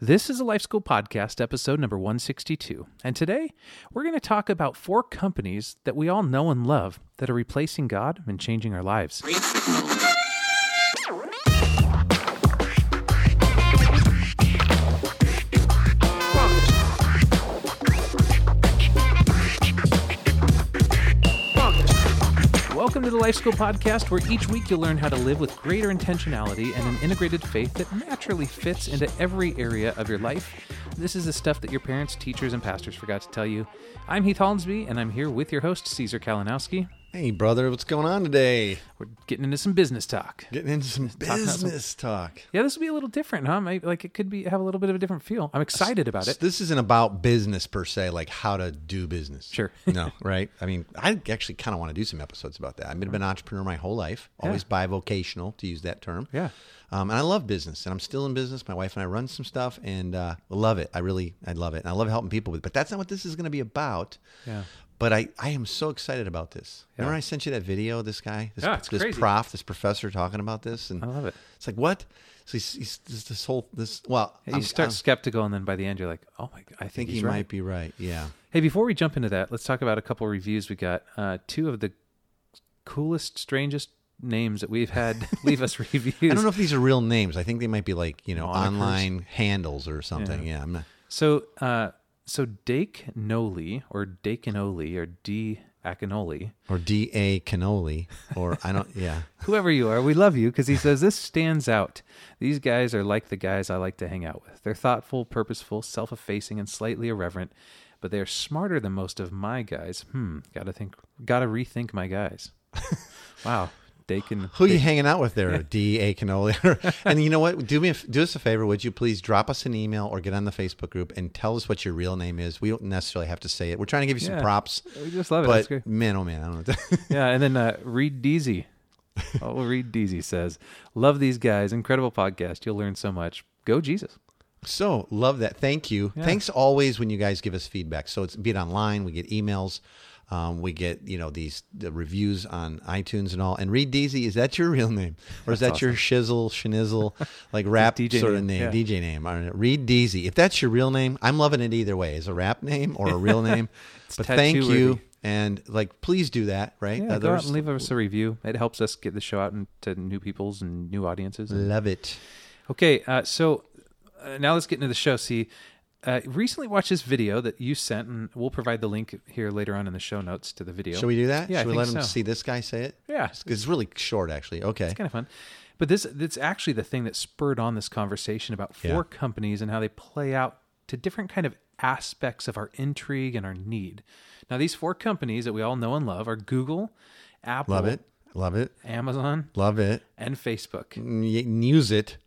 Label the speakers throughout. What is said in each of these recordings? Speaker 1: This is a Life School Podcast, episode number 162. And today, we're going to talk about four companies that we all know and love that are replacing God and changing our lives. Welcome to the Life School Podcast, where each week you'll learn how to live with greater intentionality and an integrated faith that naturally fits into every area of your life. This is the stuff that your parents, teachers, and pastors forgot to tell you. I'm Heath Hollinsby, and I'm here with your host, Caesar Kalinowski.
Speaker 2: Hey, brother, what's going on today?
Speaker 1: We're getting into some business talk.
Speaker 2: Getting into some
Speaker 1: about some-
Speaker 2: business talk.
Speaker 1: Yeah, this will be a little different, huh? Maybe, like it could be have a little bit of a different feel. I'm excited about
Speaker 2: So
Speaker 1: it.
Speaker 2: this isn't about business per se, like how to do business.
Speaker 1: Sure.
Speaker 2: no, right? I mean, I actually kind of want to do some episodes about that. I've been an entrepreneur my whole life, always bivocational, to use that term.
Speaker 1: Yeah.
Speaker 2: Um, and I love business, and I'm still in business. My wife and I run some stuff, and uh, love it. I really, I love it, and I love helping people with. it. But that's not what this is going to be about.
Speaker 1: Yeah.
Speaker 2: But I, I am so excited about this. Remember, I sent you that video. This guy, this,
Speaker 1: Yeah, it's
Speaker 2: this
Speaker 1: crazy.
Speaker 2: prof, this professor talking about this, and
Speaker 1: I love it.
Speaker 2: It's like what? So he's, he's this, this whole this. Well,
Speaker 1: You
Speaker 2: I'm-
Speaker 1: start
Speaker 2: I'm-
Speaker 1: skeptical, and then by the end, you're like, "Oh my god, I think,
Speaker 2: I think
Speaker 1: he's
Speaker 2: he
Speaker 1: right.
Speaker 2: might be right. Yeah.
Speaker 1: Hey, before we jump into that, let's talk about a couple reviews we got. Uh, two of the coolest, strangest names that we've had leave us reviews.
Speaker 2: I don't know if these are real names. I think they might be like, you know,
Speaker 1: Monikers.
Speaker 2: online handles or something. Yeah. I'm not,
Speaker 1: So, uh, so Dake Noli or Dake Noli or D Akinoli,
Speaker 2: or D.A. Cannoli or I don't, yeah.
Speaker 1: whoever you are, we love you because he says this stands out. These guys are like the guys I like to hang out with. They're thoughtful, purposeful, self-effacing, and slightly irreverent, but they are smarter than most of my guys. Hmm, gotta think, gotta rethink my guys. wow, Dake and
Speaker 2: Who you hanging out with there? D.A. Cannoli. and you know what? Do me, a f do us a favor. Would you please drop us an email or get on the Facebook group and tell us what your real name is? We don't necessarily have to say it. We're trying to give you some
Speaker 1: Yeah.
Speaker 2: props,
Speaker 1: We just love it. That's
Speaker 2: but
Speaker 1: great.
Speaker 2: man, oh man, I don't know.
Speaker 1: Yeah, and then uh, Reed Deasy. Oh, Reed Deasy says, "Love these guys. Incredible podcast. You'll learn so much. Go Jesus."
Speaker 2: So love that. Thank you. Thanks always when you guys give us feedback. So it's be it online, we get emails, um, we get you know these the reviews on iTunes and all. And Reed Deasy, is that your real name, or is that your shizzle, schnizzle, like rap
Speaker 1: DJ
Speaker 2: sort of
Speaker 1: name,
Speaker 2: name,
Speaker 1: yeah.
Speaker 2: DJ name? All right, Reed Deasy. If that's your real name, I'm loving it either way, as a rap name or a real name. but thank
Speaker 1: tattoo
Speaker 2: you.
Speaker 1: worthy.
Speaker 2: And like, please do that, right?
Speaker 1: Yeah, go out and leave us a review. It helps us get the show out and to new peoples and new audiences.
Speaker 2: love it.
Speaker 1: Okay, uh, so uh, now let's get into the show. See, uh, recently watched this video that you sent, and we'll provide the link here later on in the show notes to the video.
Speaker 2: Shall we do that?
Speaker 1: Yeah, I
Speaker 2: Should we
Speaker 1: think
Speaker 2: let him
Speaker 1: so.
Speaker 2: see this guy say it?
Speaker 1: Yeah.
Speaker 2: It's, it's really short, actually. Okay.
Speaker 1: It's kind of fun. But this that's actually the thing that spurred on this conversation about four
Speaker 2: Yeah.
Speaker 1: companies and how they play out to different kind of aspects of our intrigue and our need. Now these four companies that we all know and love are Google, Apple,
Speaker 2: Love it. Love it.
Speaker 1: Amazon,
Speaker 2: Love it.
Speaker 1: and Facebook.
Speaker 2: N- Use it.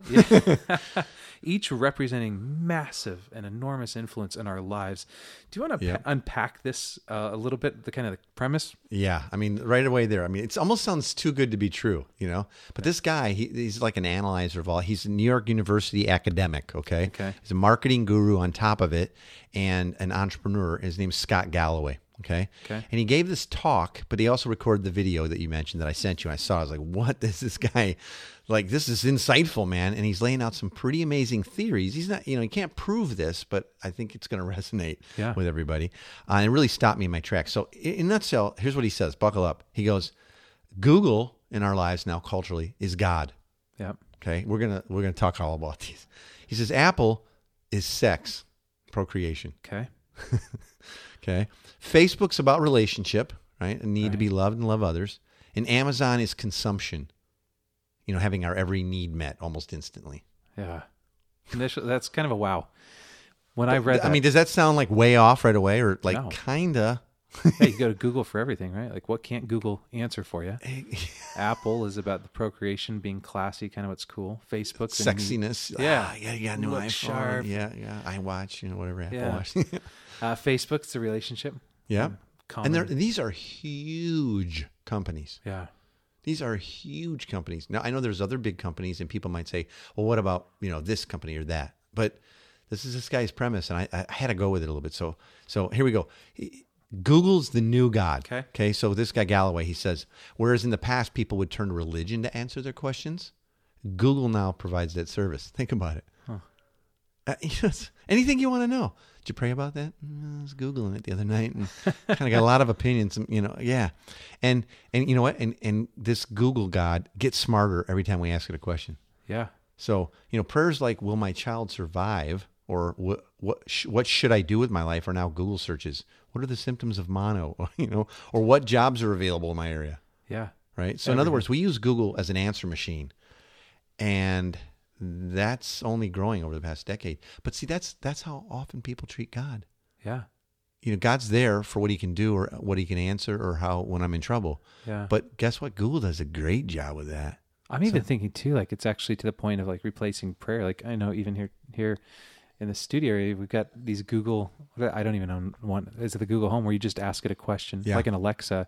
Speaker 1: Each representing massive and enormous influence in our lives. Do you want to
Speaker 2: Yeah.
Speaker 1: unpack this uh, a little bit the kind of the premise?
Speaker 2: Yeah, I mean, right away there. I mean, it's almost sounds too good to be true, you know. But this guy, he, he's like an analyzer of all. He's a New York University academic. Okay.
Speaker 1: Okay.
Speaker 2: He's a marketing guru on top of it, and an entrepreneur. His name's Scott Galloway. Okay.
Speaker 1: Okay.
Speaker 2: And he gave this talk, but he also recorded the video that you mentioned that I sent you. I saw. I was like, "What is this guy? Like, this is insightful, man." And he's laying out some pretty amazing theories. He's not, you know, he can't prove this, but I think it's going to resonate
Speaker 1: Yeah.
Speaker 2: with everybody. Uh, and it really stopped me in my tracks. So, in, in a nutshell, here's what he says. Buckle up. He goes, "Google in our lives now culturally is God."
Speaker 1: Yeah.
Speaker 2: Okay, we're gonna we're gonna talk all about these. He says Apple is sex, procreation.
Speaker 1: Okay.
Speaker 2: Okay. Facebook's about relationship, right? A need to be loved and love others. And Amazon is consumption, you know, having our every need met almost instantly.
Speaker 1: Yeah. Initial, that's kind of a wow. When I read that,
Speaker 2: I mean, does that sound like way off right away or like
Speaker 1: No.
Speaker 2: kinda?
Speaker 1: hey, you go to Google for everything, right? Like, what can't Google answer for you? Apple is about the procreation being classy, kind of what's cool. Facebook,
Speaker 2: Sexiness.
Speaker 1: Yeah.
Speaker 2: Ah, yeah, you got a new
Speaker 1: Look
Speaker 2: iPhone.
Speaker 1: sharp.
Speaker 2: Yeah, yeah. I watch, you know, whatever Apple
Speaker 1: Yeah.
Speaker 2: watch.
Speaker 1: Uh, Facebook's the relationship.
Speaker 2: yeah.
Speaker 1: Hmm. Common.
Speaker 2: And they're, these are huge companies.
Speaker 1: yeah,
Speaker 2: These are huge companies. Now I know there's other big companies, and people might say, "Well, what about you know this company or that?" But this is this guy's premise, and I, I had to go with it a little bit. So, so here we go. He- Google's the new god.
Speaker 1: Okay.
Speaker 2: Okay. So this guy Galloway, he says, whereas in the past people would turn to religion to answer their questions, Google now provides that service. Think about it. Uh, yes. Anything you want to know? Did you pray about that? Mm, I was googling it the other night and kind of got a lot of opinions. You know, yeah, and and you know what? And and this Google God gets smarter every time we ask it a question.
Speaker 1: Yeah.
Speaker 2: So you know, prayers like "Will my child survive?" or "What what sh- what should I do with my life?" are now Google searches. What are the symptoms of mono? Or, you know, or what jobs are available in my area?
Speaker 1: Yeah.
Speaker 2: Right. So in other words, we use Google as an answer machine, and that's only growing over the past decade. But see, that's that's how often people treat God.
Speaker 1: Yeah.
Speaker 2: You know, God's there for what He can do or what He can answer or how when I'm in trouble.
Speaker 1: Yeah.
Speaker 2: But guess what? Google does a great job with that.
Speaker 1: I'm even thinking too, like it's actually to the point of like replacing prayer. Like I know even here here in the studio area, we've got these Google. I don't even know one. Is it the Google Home where you just ask it a question,
Speaker 2: Yeah.
Speaker 1: like an Alexa?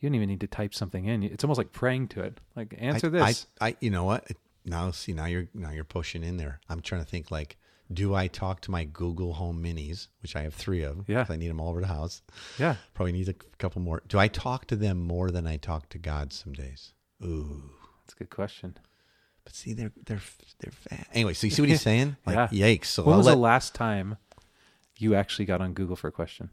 Speaker 1: You don't even need to type something in. It's almost like praying to it. Like answer
Speaker 2: I,
Speaker 1: this.
Speaker 2: I, I, you know what? Now, see, now you're now you're pushing in there. I'm trying to think like, do I talk to my Google Home Minis, which I have three of?
Speaker 1: Yeah.
Speaker 2: 'cause I need them all over the house.
Speaker 1: yeah.
Speaker 2: Probably need a c- couple more. Do I talk to them more than I talk to God some days? Ooh.
Speaker 1: That's a good question.
Speaker 2: But see, they're they're they're fat. Anyway, so you see what he's saying? Like, yikes! So
Speaker 1: when
Speaker 2: I'll
Speaker 1: was
Speaker 2: let,
Speaker 1: the last time you actually got on Google for a question?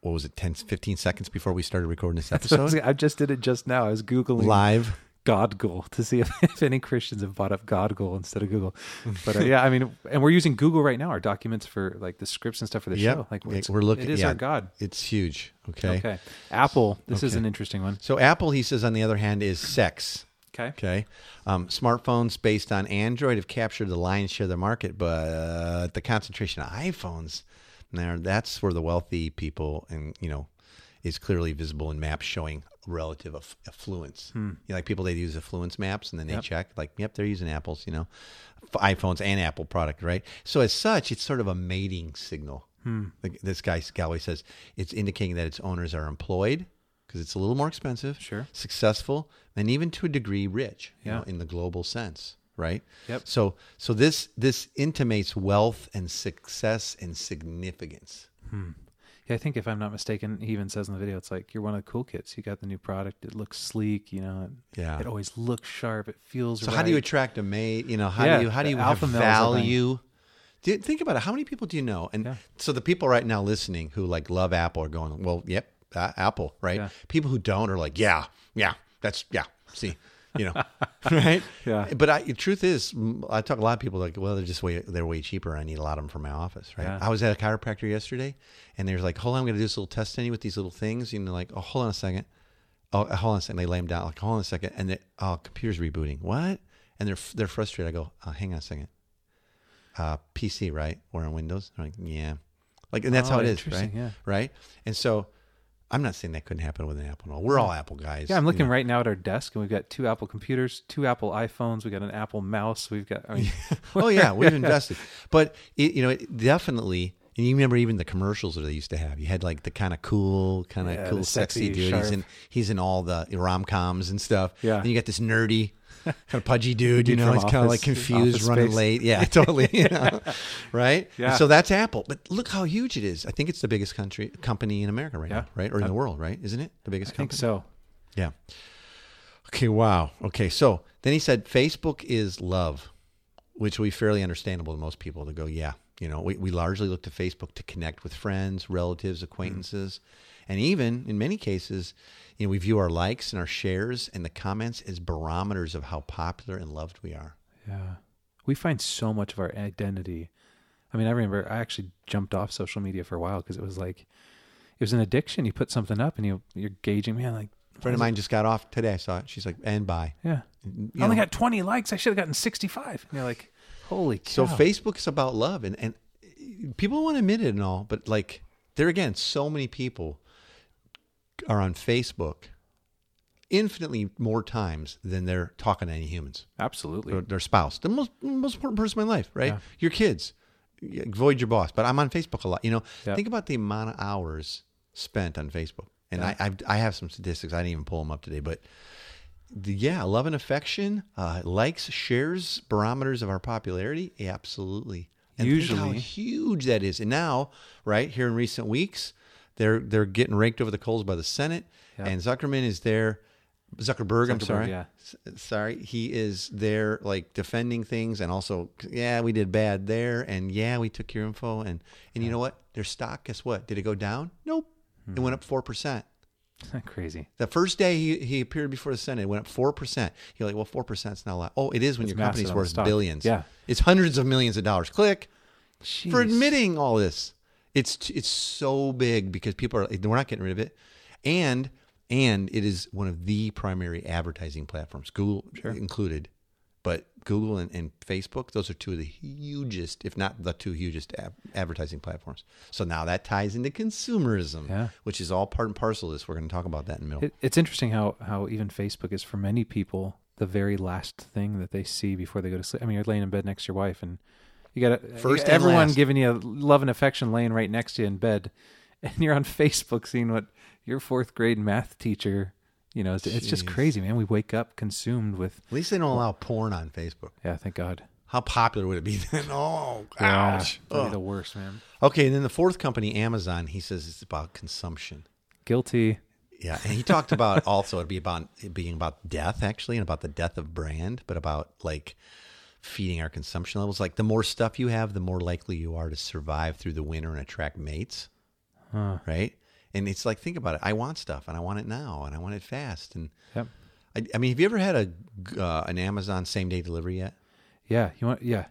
Speaker 2: what was it? 10, 15 seconds before we started recording this
Speaker 1: I,
Speaker 2: episode,
Speaker 1: just did it just now. I was Googling
Speaker 2: live.
Speaker 1: Godgle to see if, if any Christians have bought up Godgle instead of Google. But uh, yeah, I mean, and we're using Google right now, our documents for like the scripts and stuff for the
Speaker 2: Yep.
Speaker 1: show. Like
Speaker 2: Yeah,
Speaker 1: it's-
Speaker 2: we're looking-
Speaker 1: It is
Speaker 2: yeah.
Speaker 1: our God.
Speaker 2: It's huge. Okay.
Speaker 1: Okay. Apple. This is
Speaker 2: Okay.
Speaker 1: an interesting one.
Speaker 2: So Apple, he says, on the other hand, is sex.
Speaker 1: Okay.
Speaker 2: Okay. Um, smartphones based on Android have captured the lion's share of the market, but the concentration of iPhones, now that's where the wealthy people and, you know, is clearly visible in maps showing relative aff- affluence. You know, like people, they use affluence maps and then they check, like, yep, they're using Apple's, you know, f- iPhones and Apple product, right? So as such, it's sort of a mating signal. Like this guy, Galloway says, it's indicating that its owners are employed because it's a little more expensive
Speaker 1: Sure.
Speaker 2: successful and even to a degree rich you
Speaker 1: Yeah.
Speaker 2: know, in the global sense right
Speaker 1: Yep.
Speaker 2: so so this this intimates wealth and success and significance
Speaker 1: Yeah, I think if I'm not mistaken, he even says in the video, it's like you're one of the cool kids. You got the new product. It looks sleek. You know. It,
Speaker 2: Yeah.
Speaker 1: It always looks sharp. It feels.
Speaker 2: so how do you
Speaker 1: right.
Speaker 2: attract a mate you know how
Speaker 1: Yeah,
Speaker 2: do you how do
Speaker 1: the
Speaker 2: you have
Speaker 1: alpha males are buying.
Speaker 2: value do you, think about it how many people do you know and
Speaker 1: Yeah.
Speaker 2: so the people right now listening who like love apple are going well yep uh, apple right
Speaker 1: Yeah.
Speaker 2: people who don't are like yeah yeah that's yeah see you know right
Speaker 1: Yeah.
Speaker 2: But I, the truth is, m- I talk to a lot of people like, well, they're just way they're way cheaper. I need a lot of them for my office, right?
Speaker 1: Yeah.
Speaker 2: I was at a chiropractor yesterday, and there's like, hold on, I'm going to do this little test on you with these little things, and they're like, oh, hold on a second, oh, hold on a second. They lay them down, like, hold on a second, and they, oh, computer's rebooting, what? And they're f- they're frustrated. I go, oh, hang on a second, uh, PC, right? We're on Windows. They're like, yeah, like, and that's
Speaker 1: Oh,
Speaker 2: how it is, right?
Speaker 1: interesting, yeah.
Speaker 2: Right. And so, I'm not saying that couldn't happen with an Apple. at all. We're all Apple guys.
Speaker 1: Yeah, I'm
Speaker 2: you
Speaker 1: looking
Speaker 2: know.
Speaker 1: right now at our desk, and we've got two Apple computers, two Apple iPhones, we've got an Apple mouse, we've got. I mean,
Speaker 2: oh yeah, we've invested. But it, you know, it definitely. And you remember even the commercials that they used to have. You had like the kind of cool, kind of
Speaker 1: Yeah,
Speaker 2: cool,
Speaker 1: the
Speaker 2: sexy,
Speaker 1: sexy,
Speaker 2: dude. He's
Speaker 1: sharp.
Speaker 2: in he's in all the rom coms and stuff.
Speaker 1: Yeah.
Speaker 2: And you got this nerdy, kind of pudgy dude. you
Speaker 1: Dude
Speaker 2: know,
Speaker 1: from
Speaker 2: he's kind of like
Speaker 1: Office-
Speaker 2: confused,
Speaker 1: Office
Speaker 2: running
Speaker 1: Space.
Speaker 2: late. Yeah, totally. you know, right. And
Speaker 1: Yeah.
Speaker 2: so that's Apple. But look how huge it is. I think it's the biggest country company in America right
Speaker 1: Yeah. Uh,
Speaker 2: now, right, or in the world, right? Isn't it the biggest
Speaker 1: I think
Speaker 2: company?
Speaker 1: so.
Speaker 2: Yeah. Okay, wow. Okay, so then he said Facebook is love, which will be fairly understandable to most people to go, yeah, you know, we, we largely look to Facebook to connect with friends, relatives, acquaintances, and even in many cases, you know, we view our likes and our shares and the comments as barometers of how popular and loved we are.
Speaker 1: Yeah. We find so much of our identity. I mean, I remember I actually jumped off social media for a while because it was like, it was an addiction. You put something up and you, you're gauging, man, like,
Speaker 2: A friend of mine just got off today. I saw it. She's like, and bye.
Speaker 1: yeah.
Speaker 2: Mm, You
Speaker 1: I only
Speaker 2: know,
Speaker 1: got 20 likes. I should have gotten 65. And you're like, holy cow.
Speaker 2: So Facebook is about love, and and people want to admit it and all, but like there again, so many people are on Facebook infinitely more times than they're talking to any humans, their,
Speaker 1: Absolutely.
Speaker 2: their spouse, the most most important person in my life, right?
Speaker 1: Yeah.
Speaker 2: Your kids, Yeah, avoid your boss, but I'm on Facebook a lot. You know,
Speaker 1: Yeah.
Speaker 2: think about the amount of hours spent on Facebook, and I I've, I have some statistics. I didn't even pull them up today, but. The, yeah, love and affection, uh, likes, shares, barometers of our popularity. Yeah, absolutely. And think how
Speaker 1: Usually.
Speaker 2: huge that is. And now, right here in recent weeks, they're they're getting raked over the coals by the Senate, and Zuckerman is there Zuckerberg, I'm
Speaker 1: Zuckerberg,
Speaker 2: sorry.
Speaker 1: yeah.
Speaker 2: S- sorry. He is there like defending things and also, yeah, we did bad there. And yeah, we took your info. And, and you know what? Their stock, guess what? Did it go down? Nope.
Speaker 1: Hmm.
Speaker 2: It went up 4%.
Speaker 1: Crazy.
Speaker 2: The first day he, he appeared before the Senate, it went up 4%. You're like, well, 4% is not a lot. Oh, it is when your
Speaker 1: massive
Speaker 2: company's
Speaker 1: on the
Speaker 2: worth
Speaker 1: stock.
Speaker 2: billions.
Speaker 1: Yeah.
Speaker 2: It's hundreds of millions of dollars. Click for
Speaker 1: Jeez.
Speaker 2: admitting all this. It's it's so big because people are we're not getting rid of it, and and it is one of the primary advertising platforms, Google included, but Google and, and Facebook those are two of the hugest, if not the two hugest ad- advertising platforms. So now that ties into consumerism,
Speaker 1: Yeah.
Speaker 2: which is all part and parcel of this. We're going to talk about that in a minute.
Speaker 1: It, it's interesting how how even Facebook is for many people the very last thing that they see before they go to sleep. I mean, you're laying in bed next to your wife, and you got
Speaker 2: First and
Speaker 1: everyone
Speaker 2: last.
Speaker 1: giving you love and affection, laying right next to you in bed, and you're on Facebook seeing what your fourth grade math teacher, you know, it's, it's just crazy, man. We wake up consumed with,
Speaker 2: At least they don't allow porn on Facebook.
Speaker 1: yeah, thank God,
Speaker 2: How popular would it be then? Oh,
Speaker 1: Ah,
Speaker 2: ouch.
Speaker 1: that'd be
Speaker 2: Ugh.
Speaker 1: the worst, man.
Speaker 2: Okay, and then the fourth company, Amazon, he says it's about consumption.
Speaker 1: Guilty.
Speaker 2: Yeah, and he talked about also it'd be about it being about death actually, and about the death of brand, but about like feeding our consumption levels. Like the more stuff you have, the more likely you are to survive through the winter and attract mates, right? And it's like think about it. I want stuff, and I want it now, and I want it fast. And
Speaker 1: Yep.
Speaker 2: I, I mean, have you ever had a uh, an Amazon same day delivery yet?
Speaker 1: Yeah, you want yeah.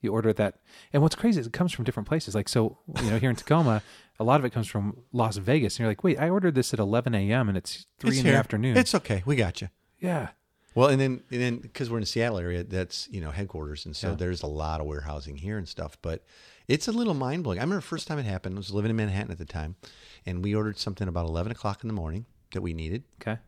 Speaker 1: You order that. And what's crazy is it comes from different places. Like so, you know, here in Tacoma, a lot of it comes from Las Vegas. And you're like, wait, I ordered this at eleven AM and it's three
Speaker 2: It's
Speaker 1: in
Speaker 2: here.
Speaker 1: the afternoon.
Speaker 2: It's okay. We got you.
Speaker 1: yeah.
Speaker 2: Well, and then and then because we're in the Seattle area, that's you know headquarters, and so there's a lot of warehousing here and stuff. But it's a little mind blowing. I remember the first time it happened. I was living in Manhattan at the time, and we ordered something about eleven o'clock in the morning that we needed,
Speaker 1: Okay.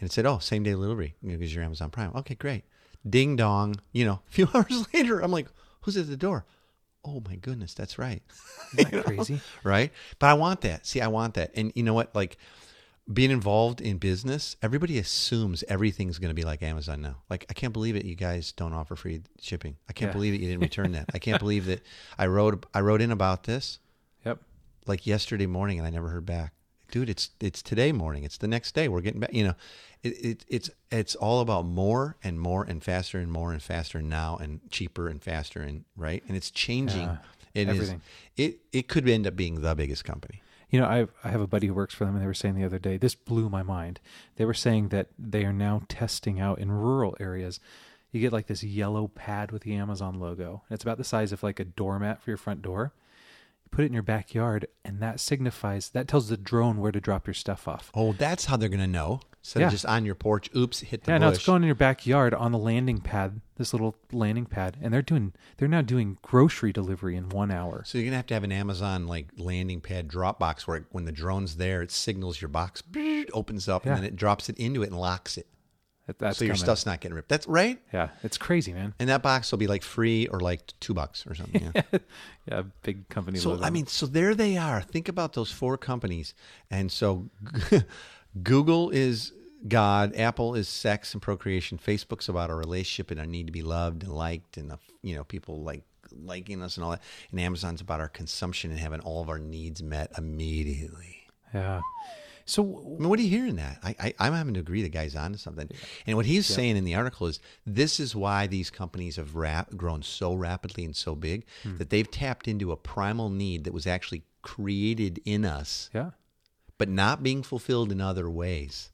Speaker 2: and it said, "Oh, same day delivery because you know, 'cause you're Amazon Prime." Okay, great. Ding dong. You know, a few hours later, I'm like, "Who's at the door?" Oh my goodness, that's right.
Speaker 1: Isn't that crazy?
Speaker 2: right? But I want that. See, I want that. And you know what? Like being involved in business, everybody assumes everything's going to be like Amazon now. Like, I can't believe it. You guys don't offer free shipping. I can't
Speaker 1: Yeah.
Speaker 2: believe it. You didn't return that. I can't believe that I wrote I wrote in about this
Speaker 1: Yep.
Speaker 2: like yesterday morning and I never heard back. Dude, it's it's today morning. It's the next day. We're getting back. You know, it, it it's it's all about more and more and faster and more and faster now and cheaper and faster and right. And it's changing. It is.
Speaker 1: everything.
Speaker 2: It it could end up being the biggest company.
Speaker 1: You know, I I have a buddy who works for them, and they were saying the other day, this blew my mind. They were saying that they are now testing out in rural areas. You get like this yellow pad with the Amazon logo, and it's about the size of like a doormat for your front door. You put it in your backyard, and that signifies that tells the drone where to drop your stuff off.
Speaker 2: Oh, that's how they're gonna know. Instead
Speaker 1: Yeah.
Speaker 2: of just on your porch, oops, hit the
Speaker 1: Yeah,
Speaker 2: bush.
Speaker 1: no, it's going in your backyard on the landing pad, this little landing pad, and they're doing they're now doing grocery delivery in one hour.
Speaker 2: so you're gonna have to have an Amazon like landing pad drop box where it, when the drone's there, it signals your box, opens up,
Speaker 1: Yeah.
Speaker 2: and then it drops it into it and locks it.
Speaker 1: That- That's
Speaker 2: so your
Speaker 1: coming.
Speaker 2: stuff's not getting ripped. That's right.
Speaker 1: Yeah, it's crazy, man.
Speaker 2: And that box will be like free or like two bucks or something. Yeah.
Speaker 1: Yeah, big company.
Speaker 2: so
Speaker 1: logo.
Speaker 2: I mean, so there they are. Think about those four companies. And so Google is God, Apple is sex and procreation, Facebook's about our relationship and our need to be loved and liked and the, you know, people like liking us and all that. And Amazon's about our consumption and having all of our needs met immediately.
Speaker 1: yeah. So
Speaker 2: I mean, what are you hearing that? I, I, I'm having to agree the guy's onto something. And what he's saying in the article is this is why these companies have rap- grown so rapidly and so big
Speaker 1: Hmm.
Speaker 2: that they've tapped into a primal need that was actually created in us,
Speaker 1: yeah,
Speaker 2: but not being fulfilled in other ways.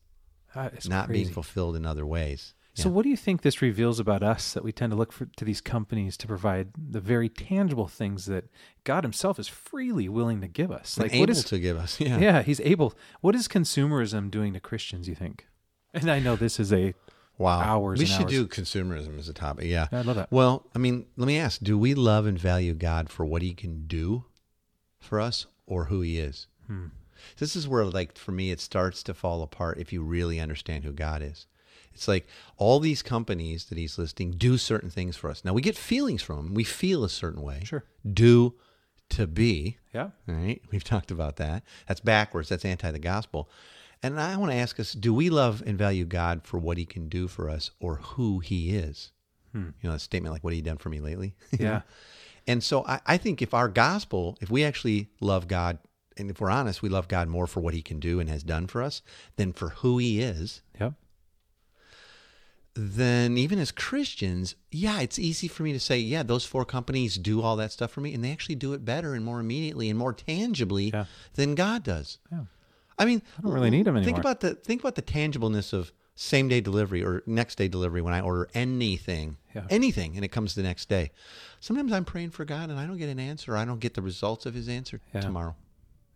Speaker 1: Ah, it's
Speaker 2: not
Speaker 1: crazy.
Speaker 2: being fulfilled in other ways.
Speaker 1: So what do you think this reveals about us that we tend to look for, to these companies to provide the very tangible things that God Himself is freely willing to give us?
Speaker 2: Like
Speaker 1: Like
Speaker 2: able
Speaker 1: what is
Speaker 2: to give us. Yeah.
Speaker 1: yeah, He's able. What is consumerism doing to Christians? You think? And I know this is a
Speaker 2: Wow.
Speaker 1: hours
Speaker 2: We
Speaker 1: and
Speaker 2: should
Speaker 1: hours.
Speaker 2: do consumerism as a topic. Yeah.
Speaker 1: I love that.
Speaker 2: Well, I mean, let me ask do we love and value God for what he can do for us or who he is?
Speaker 1: hmm,
Speaker 2: This is where, like, for me, it starts to fall apart if you really understand who God is. It's like all these companies that he's listing do certain things for us. Now, we get feelings from them. We feel a certain way.
Speaker 1: Sure.
Speaker 2: Do to be.
Speaker 1: yeah.
Speaker 2: All right. We've talked about that. That's backwards. That's anti the gospel. And I want to ask us do we love and value God for what he can do for us or who he is? You know, that statement like, what have you done for me lately?
Speaker 1: Yeah.
Speaker 2: and so I, I think if our gospel, if we actually love God, and if we're honest, we love God more for what he can do and has done for us than for who he is,
Speaker 1: Yep.
Speaker 2: then even as Christians, yeah, it's easy for me to say, yeah, those four companies do all that stuff for me, and they actually do it better and more immediately and more tangibly
Speaker 1: Yeah.
Speaker 2: than God does.
Speaker 1: Yeah.
Speaker 2: I mean,
Speaker 1: I don't really need 'em
Speaker 2: Think
Speaker 1: anymore.
Speaker 2: about the think about the tangibleness of same day delivery or next day delivery when I order anything,
Speaker 1: Yeah.
Speaker 2: anything, and it comes the next day. Sometimes I'm praying for God and I don't get an answer. I don't get the results of His answer
Speaker 1: Yeah.
Speaker 2: tomorrow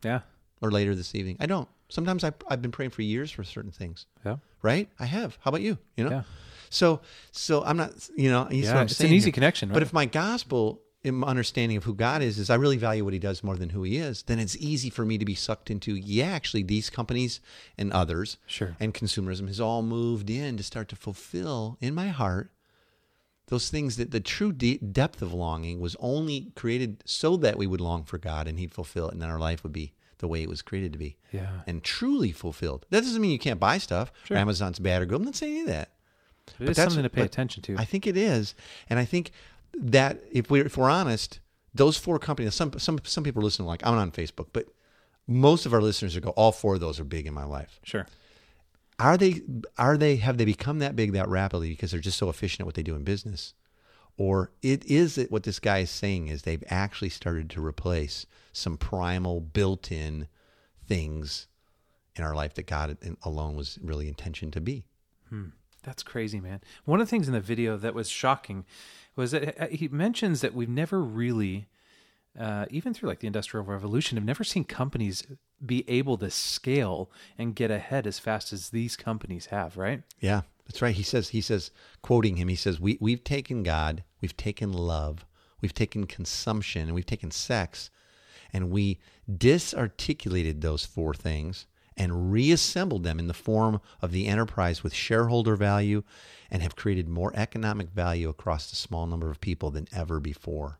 Speaker 1: Yeah.
Speaker 2: or later this evening. I don't. Sometimes I, I've been praying for years for certain things,
Speaker 1: Yeah.
Speaker 2: right? I have. How about you? You know.
Speaker 1: Yeah.
Speaker 2: So, so I'm not. You know. you see
Speaker 1: Yeah,
Speaker 2: what I'm
Speaker 1: it's an
Speaker 2: saying
Speaker 1: easy
Speaker 2: here.
Speaker 1: connection, right?
Speaker 2: But if my gospel, in my understanding of who God is, is I really value what He does more than who He is, then it's easy for me to be sucked into. Yeah, actually, these companies and others,
Speaker 1: Sure.
Speaker 2: and consumerism has all moved in to start to fulfill in my heart those things that the true de- depth of longing was only created so that we would long for God and He'd fulfill it, and then our life would be the way it was created to be.
Speaker 1: Yeah.
Speaker 2: And truly fulfilled. That doesn't mean you can't buy stuff.
Speaker 1: Sure.
Speaker 2: Amazon's bad or good. I'm not saying any of that.
Speaker 1: But it's
Speaker 2: that's-
Speaker 1: something to pay
Speaker 2: but
Speaker 1: attention to.
Speaker 2: I think it is, and I think that if we're if we're honest, those four companies. Some some some people listen like I'm not on Facebook, but most of our listeners would go. All four of those are big in my life.
Speaker 1: sure.
Speaker 2: Are they? Are they? Have they become that big that rapidly because they're just so efficient at what they do in business, or it is it what this guy is saying is they've actually started to replace some primal built-in things in our life that God alone was really intentioned to be.
Speaker 1: That's crazy, man. One of the things in the video that was shocking was that uh, he mentions that we've never really, uh, even through like the Industrial Revolution, have never seen companies be able to scale and get ahead as fast as these companies have, right?
Speaker 2: Yeah, that's right. He says he says quoting him. He says we we've taken God, we've taken love, we've taken consumption, and we've taken sex, and we disarticulated those four things and reassembled them in the form of the enterprise with shareholder value, and have created more economic value across the small number of people than ever before.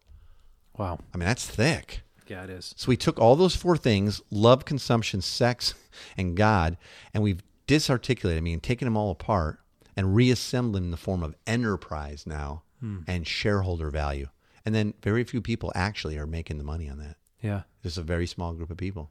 Speaker 1: Wow.
Speaker 2: I mean, that's thick.
Speaker 1: Yeah, it is.
Speaker 2: So we took all those four things love, consumption, sex, and God and we've disarticulated, I mean, taken them all apart and reassembled them in the form of enterprise now and shareholder value. And then very few people actually are making the money on that.
Speaker 1: Yeah.
Speaker 2: There's a very small group of people.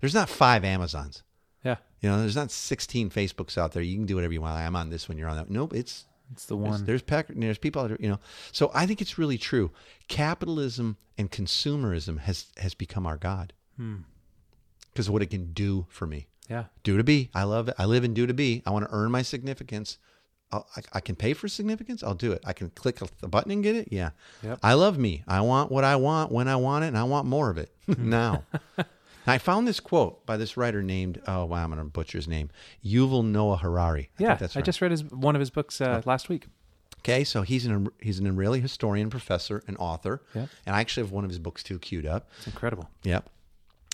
Speaker 2: There's not five Amazons.
Speaker 1: Yeah.
Speaker 2: You know, there's not 16 Facebooks out there. You can do whatever you want. I'm on this one. You're on that. Nope. It's
Speaker 1: It's the
Speaker 2: there's,
Speaker 1: one.
Speaker 2: there's pack- there's people out there, you know. So I think it's really true. Capitalism and consumerism has has become our god.
Speaker 1: Hmm.
Speaker 2: Because what it can do for me,
Speaker 1: Yeah.
Speaker 2: do to be. I love. it. I live in do to be. I want to earn my significance. I'll, I, I can pay for significance. I'll do it. I can click the button and get it. Yeah.
Speaker 1: Yep.
Speaker 2: I love me. I want what I want when I want it, and I want more of it
Speaker 1: Hmm.
Speaker 2: now. I found this quote by this writer named oh wow I'm gonna butcher his name Yuval Noah Harari. I
Speaker 1: yeah.
Speaker 2: think that's
Speaker 1: I
Speaker 2: right.
Speaker 1: just read his one of his books uh, last week.
Speaker 2: Okay, so he's an he's an Israeli historian, professor, and author.
Speaker 1: Yeah.
Speaker 2: And I actually have one of his books too queued up.
Speaker 1: It's incredible.
Speaker 2: Yep.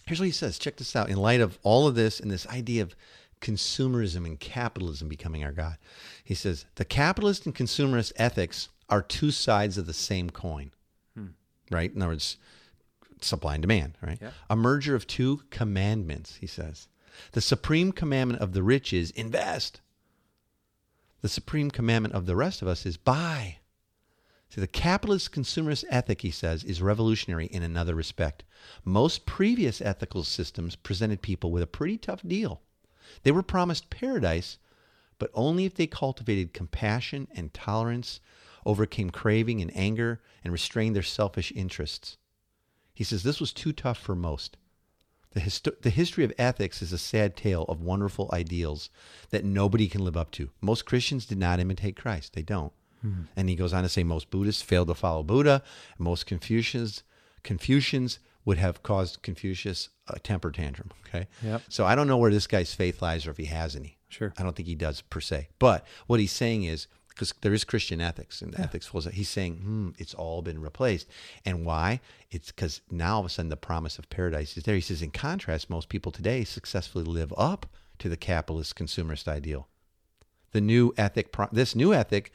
Speaker 2: Here's what he says. Check this out. In light of all of this and this idea of consumerism and capitalism becoming our god, he says the capitalist and consumerist ethics are two sides of the same coin. Right. In other words, supply and demand. Right.
Speaker 1: Yep.
Speaker 2: A merger of two commandments. He says the supreme commandment of the rich is invest. The supreme commandment of the rest of us is buy. See, the capitalist consumerist ethic, he says, is revolutionary in another respect. Most previous ethical systems presented people with a pretty tough deal. They were promised paradise, but only if they cultivated compassion and tolerance, overcame craving and anger, and restrained their selfish interests. He says this was too tough for most. The, histo- the history of ethics is a sad tale of wonderful ideals that nobody can live up to. Most Christians did not imitate Christ. They don't. And he goes on to say most Buddhists failed to follow Buddha. and Most Confucians, Confucians would have caused Confucius a temper tantrum. Okay.
Speaker 1: Yep.
Speaker 2: So I don't know where this guy's faith lies or if he has any.
Speaker 1: Sure.
Speaker 2: I don't think he does per se. But what he's saying is because there is Christian ethics and ethics flows. out, He's saying hmm, it's all been replaced, and why? It's because now all of a sudden the promise of paradise is there. He says, in contrast, most people today successfully live up to the capitalist consumerist ideal. The new ethic, pro- this new ethic,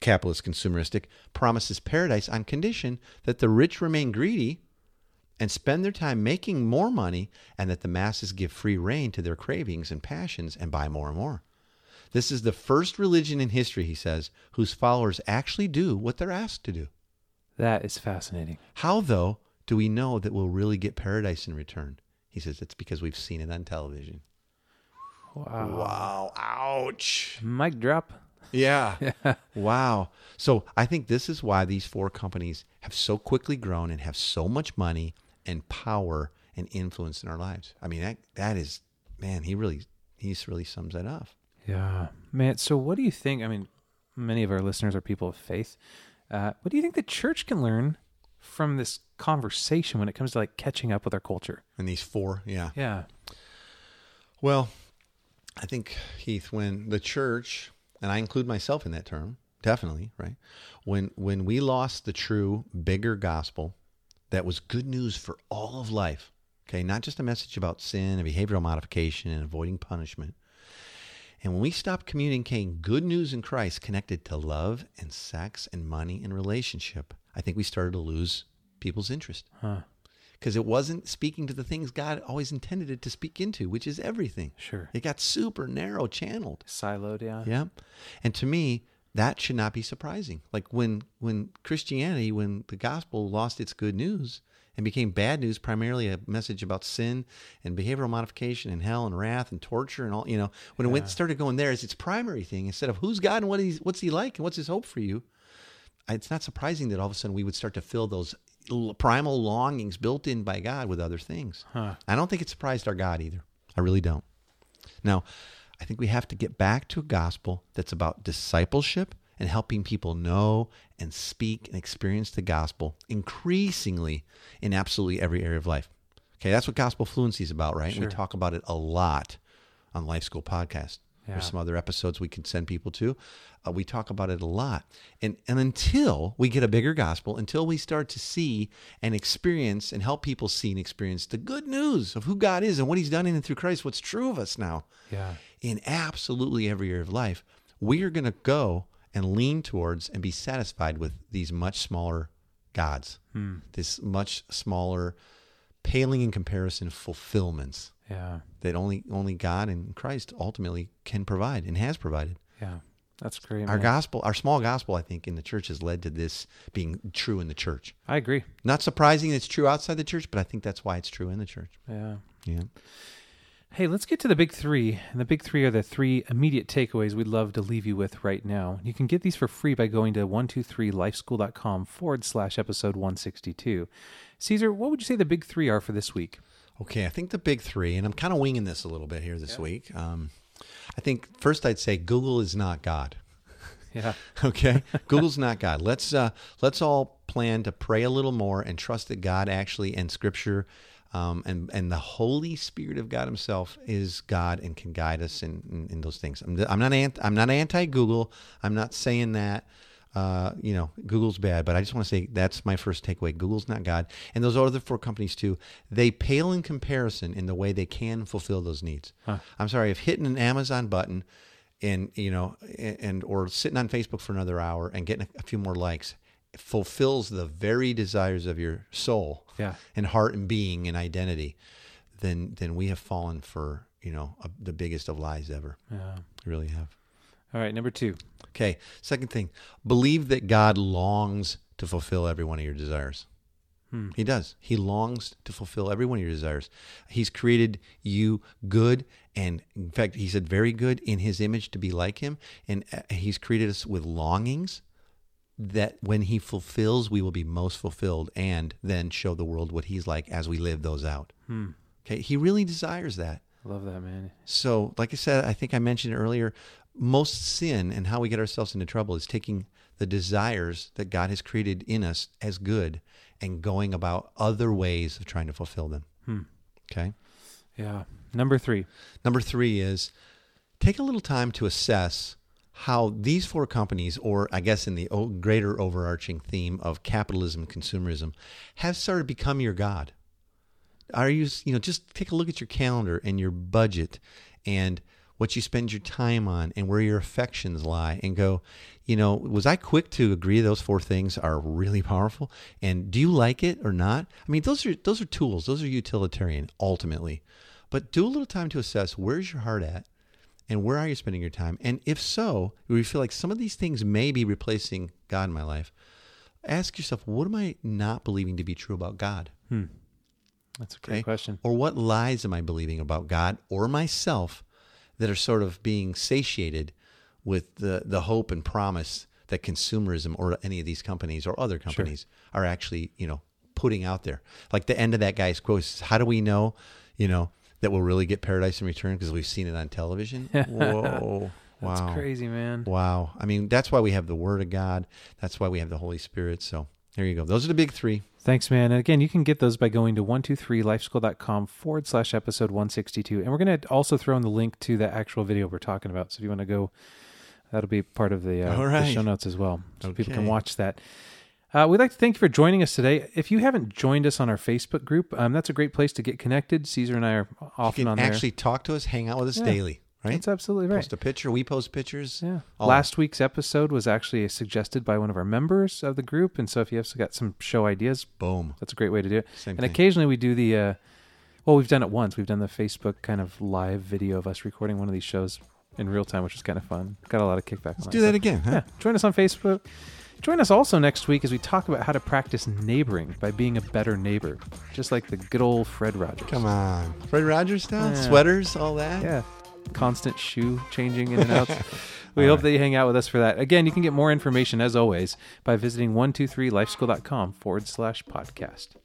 Speaker 2: capitalist consumeristic, promises paradise on condition that the rich remain greedy and spend their time making more money and that the masses give free rein to their cravings and passions and buy more and more. This is the first religion in history, he says, whose followers actually do what they're asked to do.
Speaker 1: That is fascinating.
Speaker 2: How, though, do we know that we'll really get paradise in return? He says it's because we've seen it on television.
Speaker 1: Wow.
Speaker 2: Wow, ouch.
Speaker 1: Mic drop.
Speaker 2: Yeah. Wow. So I think this is why these four companies have so quickly grown and have so much money and power and influence in our lives. I mean, that that is man, he really he's really sums that up.
Speaker 1: Yeah, man. So, what do you think? I mean, many of our listeners are people of faith. Uh, what do you think the church can learn from this conversation when it comes to like catching up with our culture?
Speaker 2: And these four, yeah.
Speaker 1: Yeah,
Speaker 2: Well, I think Heath, when the church, and I include myself in that term, definitely, right? When when we lost the true bigger gospel that was good news for all of life, okay, not just a message about sin and behavioral modification and avoiding punishment. And when we stopped communicating good news in Christ connected to love and sex and money and relationship, I think we started to lose people's interest because it wasn't speaking to the things God always intended it to speak into, which is everything.
Speaker 1: sure.
Speaker 2: It got super narrow channeled.
Speaker 1: Siloed, yeah.
Speaker 2: Yeah. And to me, that should not be surprising. Like when when Christianity, when the gospel lost its good news and became bad news, primarily a message about sin and behavioral modification and hell and wrath and torture and all, you know, when it went started going there as its primary thing instead of who's God and what he's what's he like and what's his hope for you, it's not surprising that all of a sudden we would start to fill those l- primal longings built in by God with other things. I don't think it surprised our God either. I really don't. Now, I think we have to get back to a gospel that's about discipleship and helping people know and speak and experience the gospel increasingly in absolutely every area of life. Okay, that's what gospel fluency is about, right? We talk about it a lot on Life School Podcast.
Speaker 1: Yeah.
Speaker 2: There's some other episodes we can send people to. Uh, we talk about it a lot. And, and until we get a bigger gospel, until we start to see and experience and help people see and experience the good news of who God is and what he's done in and through Christ, what's true of us now
Speaker 1: Yeah.
Speaker 2: in absolutely every area of life, we are going to go and lean towards and be satisfied with these much smaller gods, this much smaller, paling in comparison fulfillments
Speaker 1: Yeah.
Speaker 2: that only only God and Christ ultimately can provide and has provided.
Speaker 1: Yeah. That's great.
Speaker 2: Our
Speaker 1: man.
Speaker 2: gospel, our small gospel, I think, in the church has led to this being true in the church.
Speaker 1: I agree.
Speaker 2: Not surprising it's true outside the church, but I think that's why it's true in the church.
Speaker 1: Yeah.
Speaker 2: Yeah.
Speaker 1: Hey, let's get to the big three. And the big three are the three immediate takeaways we'd love to leave you with right now. You can get these for free by going to 123lifeschool.com forward slash episode 162. Caesar, what would you say the big three are for this week?
Speaker 2: Okay, I think the big three, and I'm kind of winging this a little bit here this week. Um, I think first I'd say Google is not God.
Speaker 1: Yeah.
Speaker 2: Okay, Google's not God. Let's uh, let's all plan to pray a little more and trust that God actually and Scripture, um, and and the Holy Spirit of God Himself is God and can guide us in in, in those things. I'm, I'm not anti, I'm not anti Google. I'm not saying that. Uh, you know, Google's bad, but I just want to say that's my first takeaway. Google's not God, and those other four companies too. They pale in comparison in the way they can fulfill those needs. I'm sorry if hitting an Amazon button and you know and, and or sitting on facebook for another hour and getting a, a few more likes fulfills the very desires of your soul
Speaker 1: Yeah.
Speaker 2: and heart and being and identity then then we have fallen for you know a, the biggest of lies ever
Speaker 1: Yeah.
Speaker 2: we really have
Speaker 1: All right, number two.
Speaker 2: okay second thing believe that god longs to fulfill every one of your desires he does. He longs to fulfill every one of your desires. He's created you good, and in fact, he said, very good in his image to be like him. And uh, he's created us with longings that when he fulfills, we will be most fulfilled and then show the world what he's like as we live those out. Okay. He really desires that.
Speaker 1: I love that, man.
Speaker 2: So, like I said, I think I mentioned earlier, most sin and how we get ourselves into trouble is taking the desires that God has created in us as good and going about other ways of trying to fulfill them. Okay.
Speaker 1: Yeah. Number three.
Speaker 2: Number three is take a little time to assess how these four companies, or I guess in the o- greater overarching theme of capitalism, consumerism, have started to become your God. Are you, s- you know, just take a look at your calendar and your budget and what you spend your time on and where your affections lie and go, you know, was I quick to agree those four things are really powerful? And do you like it or not? I mean, those are those are tools, those are utilitarian ultimately. But do a little time to assess where's your heart at and where are you spending your time? And if so, where you feel like some of these things may be replacing God in my life, ask yourself, what am I not believing to be true about God?
Speaker 1: That's a great
Speaker 2: Okay.
Speaker 1: question.
Speaker 2: Or what lies am I believing about God or myself that are sort of being satiated with the, the hope and promise that consumerism or any of these companies or other companies are actually, you know, putting out there. Like the end of that guy's quote is, how do we know, you know, that we'll really get paradise in return because we've seen it on television? Whoa. Wow.
Speaker 1: That's crazy, man.
Speaker 2: Wow. I mean, that's why we have the Word of God. That's why we have the Holy Spirit. So there you go. Those are the big three.
Speaker 1: Thanks, man. And again, you can get those by going to 123lifeschool.com forward slash episode 162. And we're going to also throw in the link to the actual video we're talking about. So if you want to go, that'll be part of the, uh,
Speaker 2: All
Speaker 1: the
Speaker 2: right.
Speaker 1: show notes as well. So people can
Speaker 2: Okay.
Speaker 1: watch that. Uh, we'd like to thank you for joining us today. If you haven't joined us on our Facebook group, um, that's a great place to get connected. Caesar and I are often
Speaker 2: You
Speaker 1: on
Speaker 2: can
Speaker 1: there.
Speaker 2: actually talk to us, hang out with us
Speaker 1: Yeah.
Speaker 2: daily, right?
Speaker 1: That's absolutely right.
Speaker 2: Post a picture. We post pictures.
Speaker 1: Yeah.
Speaker 2: All
Speaker 1: Last week's episode was actually suggested by one of our members of the group, and so if you have got some show ideas,
Speaker 2: Boom.
Speaker 1: that's a great way to do it.
Speaker 2: Same
Speaker 1: and
Speaker 2: thing.
Speaker 1: occasionally we do the, uh, well, we've done it once. We've done the Facebook kind of live video of us recording one of these shows in real time, which is kind of fun. Got a lot of kickback. Let's
Speaker 2: Do that again. Huh?
Speaker 1: Yeah. Join us on Facebook. Join us also next week as we talk about how to practice neighboring by being a better neighbor, just like the good old Fred Rogers.
Speaker 2: Come on. Fred Rogers style?
Speaker 1: Yeah.
Speaker 2: Sweaters, all that?
Speaker 1: Yeah. Constant shoe changing in and out. we hope that you hang out with us for that. Again, you can get more information, as always, by visiting 123lifeschool.com forward slash podcast.